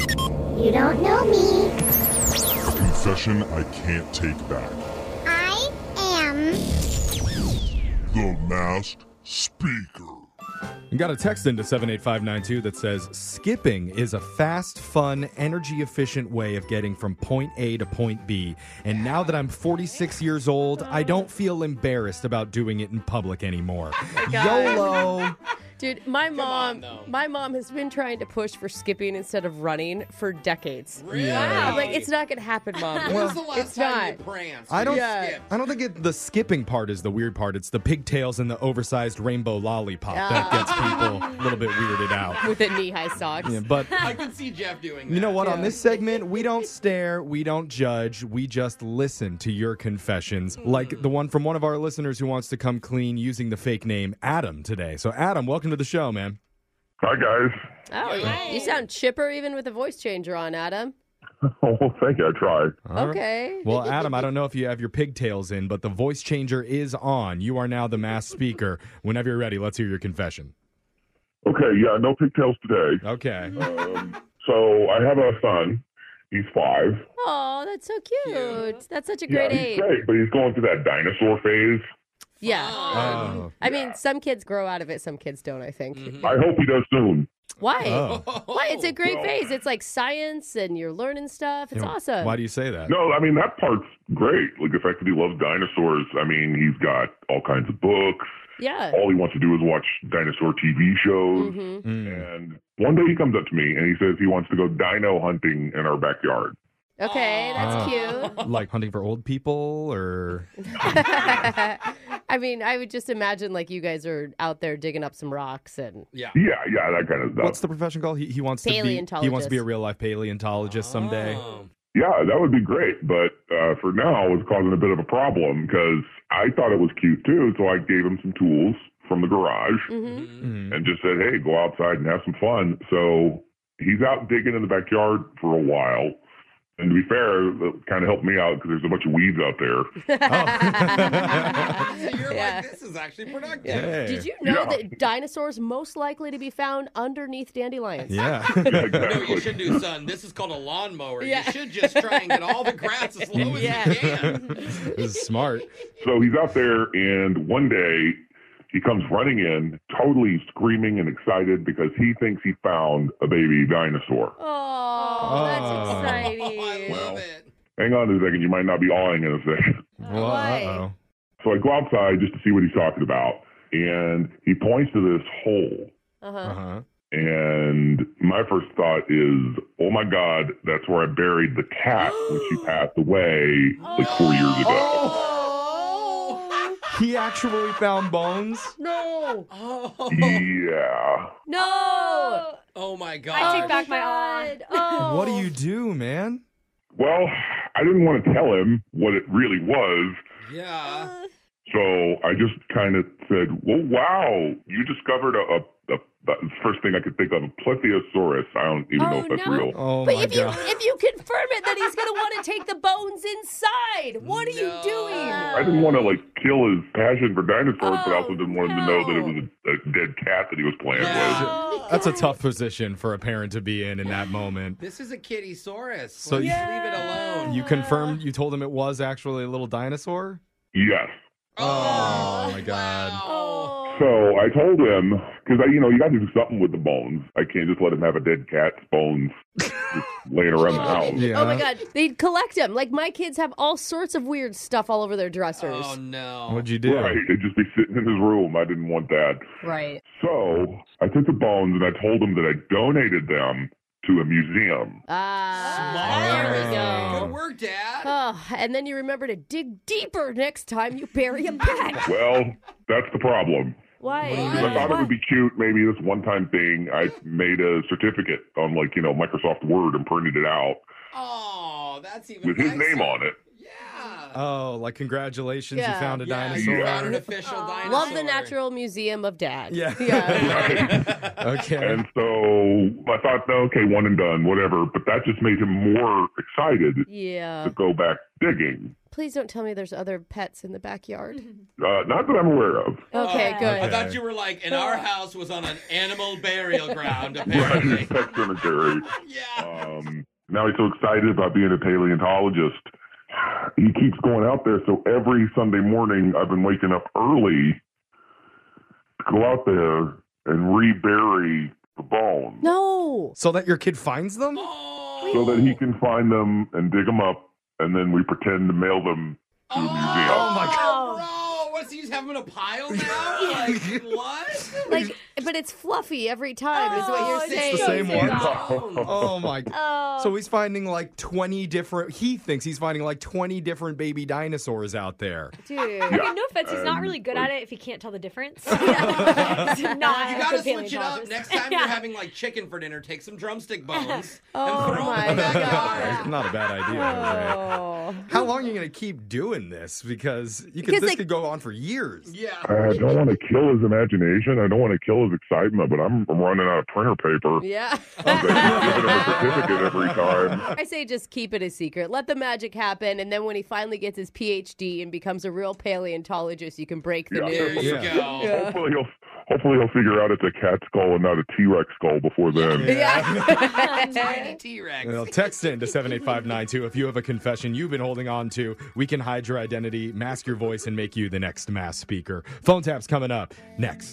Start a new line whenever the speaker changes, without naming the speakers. You don't know me.
A confession I can't take back.
I am.
The Masked Speaker.
We Got a text into 78592 that says skipping is a fast, fun, energy efficient way of getting from point A to point B. And now that I'm 46 years old, I don't feel embarrassed about doing it in public anymore.
God.
YOLO.
Dude, my mom,
though.
Um, my mom has been trying to push for skipping instead of running for decades.
Really?
I'm like, it's not gonna happen, mom.
When's the last
it's
time
not.
you pranced?
I don't.
Yeah.
Skip.
I don't think it, the skipping part is the weird part. It's the pigtails and the oversized rainbow lollipop that gets people a little bit weirded out.
With the knee-high socks.
Yeah, But
I can see Jeff doing that.
You know what? On
Yeah.
this segment, we don't stare, we don't judge, we just listen to your confessions,
Hmm.
like the one from one of our listeners who wants to come clean using the fake name Adam today. So, Adam, welcome to the show, man.
Hi guys.
Oh, you- you sound chipper even with a voice changer on, Adam.
Oh, thank you. I tried.
All right.
Okay.
Well, Adam, I don't know if you have your pigtails in, but the voice changer is on. You are now the mass speaker. Whenever you're ready, let's hear your confession.
Okay, yeah, no pigtails today.
Okay.
Um, so I have a son. He's five.
Oh, that's so cute. That's such a
Yeah,
great
he's
age.
great, but he's going through that dinosaur phase.
Yeah.
Oh.
I mean, some kids grow out of it, some kids don't, I think.
I hope he does soon.
Why?
Oh.
Why? It's a great
Well-
phase. It's like science and you're learning stuff. It's
Yeah,
awesome.
Why do you say that?
No, I mean that part's great. Like the fact that he loves dinosaurs. I mean, he's got all kinds of books.
yeah.
All he wants to do is watch dinosaur TV shows.
hmm
Mm.
And one day he comes up to me and he says he wants to go dino hunting in our backyard.
Okay, that's
Ah.
cute.
Like hunting for old people or.
I mean, I would just imagine like you guys are out there digging up some rocks and
Yeah.
Yeah, yeah, that kind of stuff.
What's the profession called? He, he wants to be. He wants to be a
Paleontologist.
real life paleontologist someday.
Oh.
Yeah, that would be great. But uh, for now, it's causing a bit of a problem because I thought it was cute too. So I gave him some tools from the garage
Mhm.
Mm.
and just said, hey, go outside and have some fun. So he's out digging in the backyard for a while. And to be fair, that kind of helped me out because there's a bunch of weeds out there.
Oh.
So you're
Yeah.
like, this is actually productive.
Hey.
Did you know
Yeah.
that dinosaurs most likely to be found underneath dandelions?
Yeah.
Yeah,
You know what
exactly.
you should do, son? This is called a lawnmower.
Yeah.
You should just try and get all the grass as low as
Yeah.
you can.
this is smart.
So he's out there, and one day he comes running in, totally screaming and excited because he thinks he found a baby dinosaur.
Oh,
Oh.
that's
Oh, I
exciting.
love
Well.
it.
Hang on a second, you might not be awing in a second.
Well,
Why?
uh-oh.
So I go outside just to see what he's talking about. And he points to this hole.
Uh-huh.
Uh-huh.
And my first thought is, oh my God, that's where I buried the cat when she passed away like four years ago.
Oh.
He actually found bones?
No.
Mm.
Oh,
Yeah.
No.
oh my God.
I take back my awe.
God. Oh.
What do you do, man?
Well, I didn't want to tell him what it really was.
Yeah.
So I just kind of said, well, wow, you discovered a, a, a, the first thing I could think of, a plethiosaurus. I don't even know
Oh,
if that's
no.
real.
Oh
But
my
if you
god.
if you confirm it, then he's gonna want to take the bones inside. What are
No.
you doing?
I didn't want to like kill his passion for dinosaurs, but I also
Um, Oh,
didn't want him to
no.
know that it was a, a dead cat that he was playing
Yeah.
with.
Oh.
That's a tough position for a parent to be in in that moment.
This is a kitty saurus.
So
So
you-
you leave it alone.
You confirmed you told him it was actually a little dinosaur?
Yes.
Oh, my God.
wow.
Oh.
So I told him because I, you know, you got to do something with the bones. I can't just let him have a dead cat's bones just laying around the house.
Yeah.
Oh my god, they'd collect them. Like my kids have all sorts of weird stuff all over their dressers.
Oh no.
What'd you do?
Right, they'd just be sitting in his room. I didn't want that.
Right.
So I took the bones and I told him that I donated them to a museum.
Ah,
Smart.
there we go.
Good work, Dad.
Oh, and then you remember to dig deeper next time you bury a pet.
Well, that's the problem.
Why?
Because I thought it would be cute, maybe this one time thing. I made a certificate on like, you know, Microsoft Word and printed it out
Oh, that's even
with his
nicer.
name on it.
Yeah.
Oh, like congratulations, you
Yeah.
found a
Yeah, you
dinosaur.
found an official dinosaur.
Love the Natural Museum of Dad.
Yeah. Okay.
And so I thought, okay, one and done, whatever. But that just made him more excited
yeah.
to go back digging.
Please don't tell me there's other pets in the backyard.
Uh, not that I'm aware of.
Okay,
Oh,
good.
I
Okay.
thought you were like, and our house was on an animal burial ground,
Right,
apparently.
his pet cemetery.
yeah.
Um, now he's so excited about being a paleontologist. He keeps going out there. So every Sunday morning, I've been waking up early to go out there and rebury the bones
No.
So that your kid finds them?
Oh.
so that he can find them and dig them up. And then we pretend to mail them
Oh,
Oh,
my
God. Bro, what's he just having a pile now? Like, what?
Like, but it's fluffy every time, is what
Oh,
you're
it's
saying.
the same one.
Oh.
Oh my god.
Oh.
So he's finding like 20 different he thinks he's finding like 20 different baby dinosaurs out there.
Dude.
I mean, no offense, he's not
Um,
really good
like-
at it if he can't tell the difference. he's not you
You gotta switch it up. Next time you're having like chicken for dinner, take some drumstick bones
Oh,
and throw
my
them back
God.
out.
Not a bad idea. by the way.
Oh.
How long are you going to keep doing this because you could
Because,
this
like-
could go on for years.
Yeah.
I don't want to kill his imagination. I don't want to kill his excitement, but I'm running out of printer paper.
Yeah.
I'm giving him a certificate every time.
I say just keep it a secret. Let the magic happen, and then when he finally gets his PhD and becomes a real paleontologist, you can break the
Yeah.
There
news.
you
Yeah.
go.
Hopefully he'll hopefully he'll figure out it's a cat skull and not a T Rex skull before then.
Tiny T Rex.
Well, text in to 78592 if you have a confession you've been holding on to. We can hide your identity, mask your voice, and make you the next mass speaker. Phone tap's coming up next.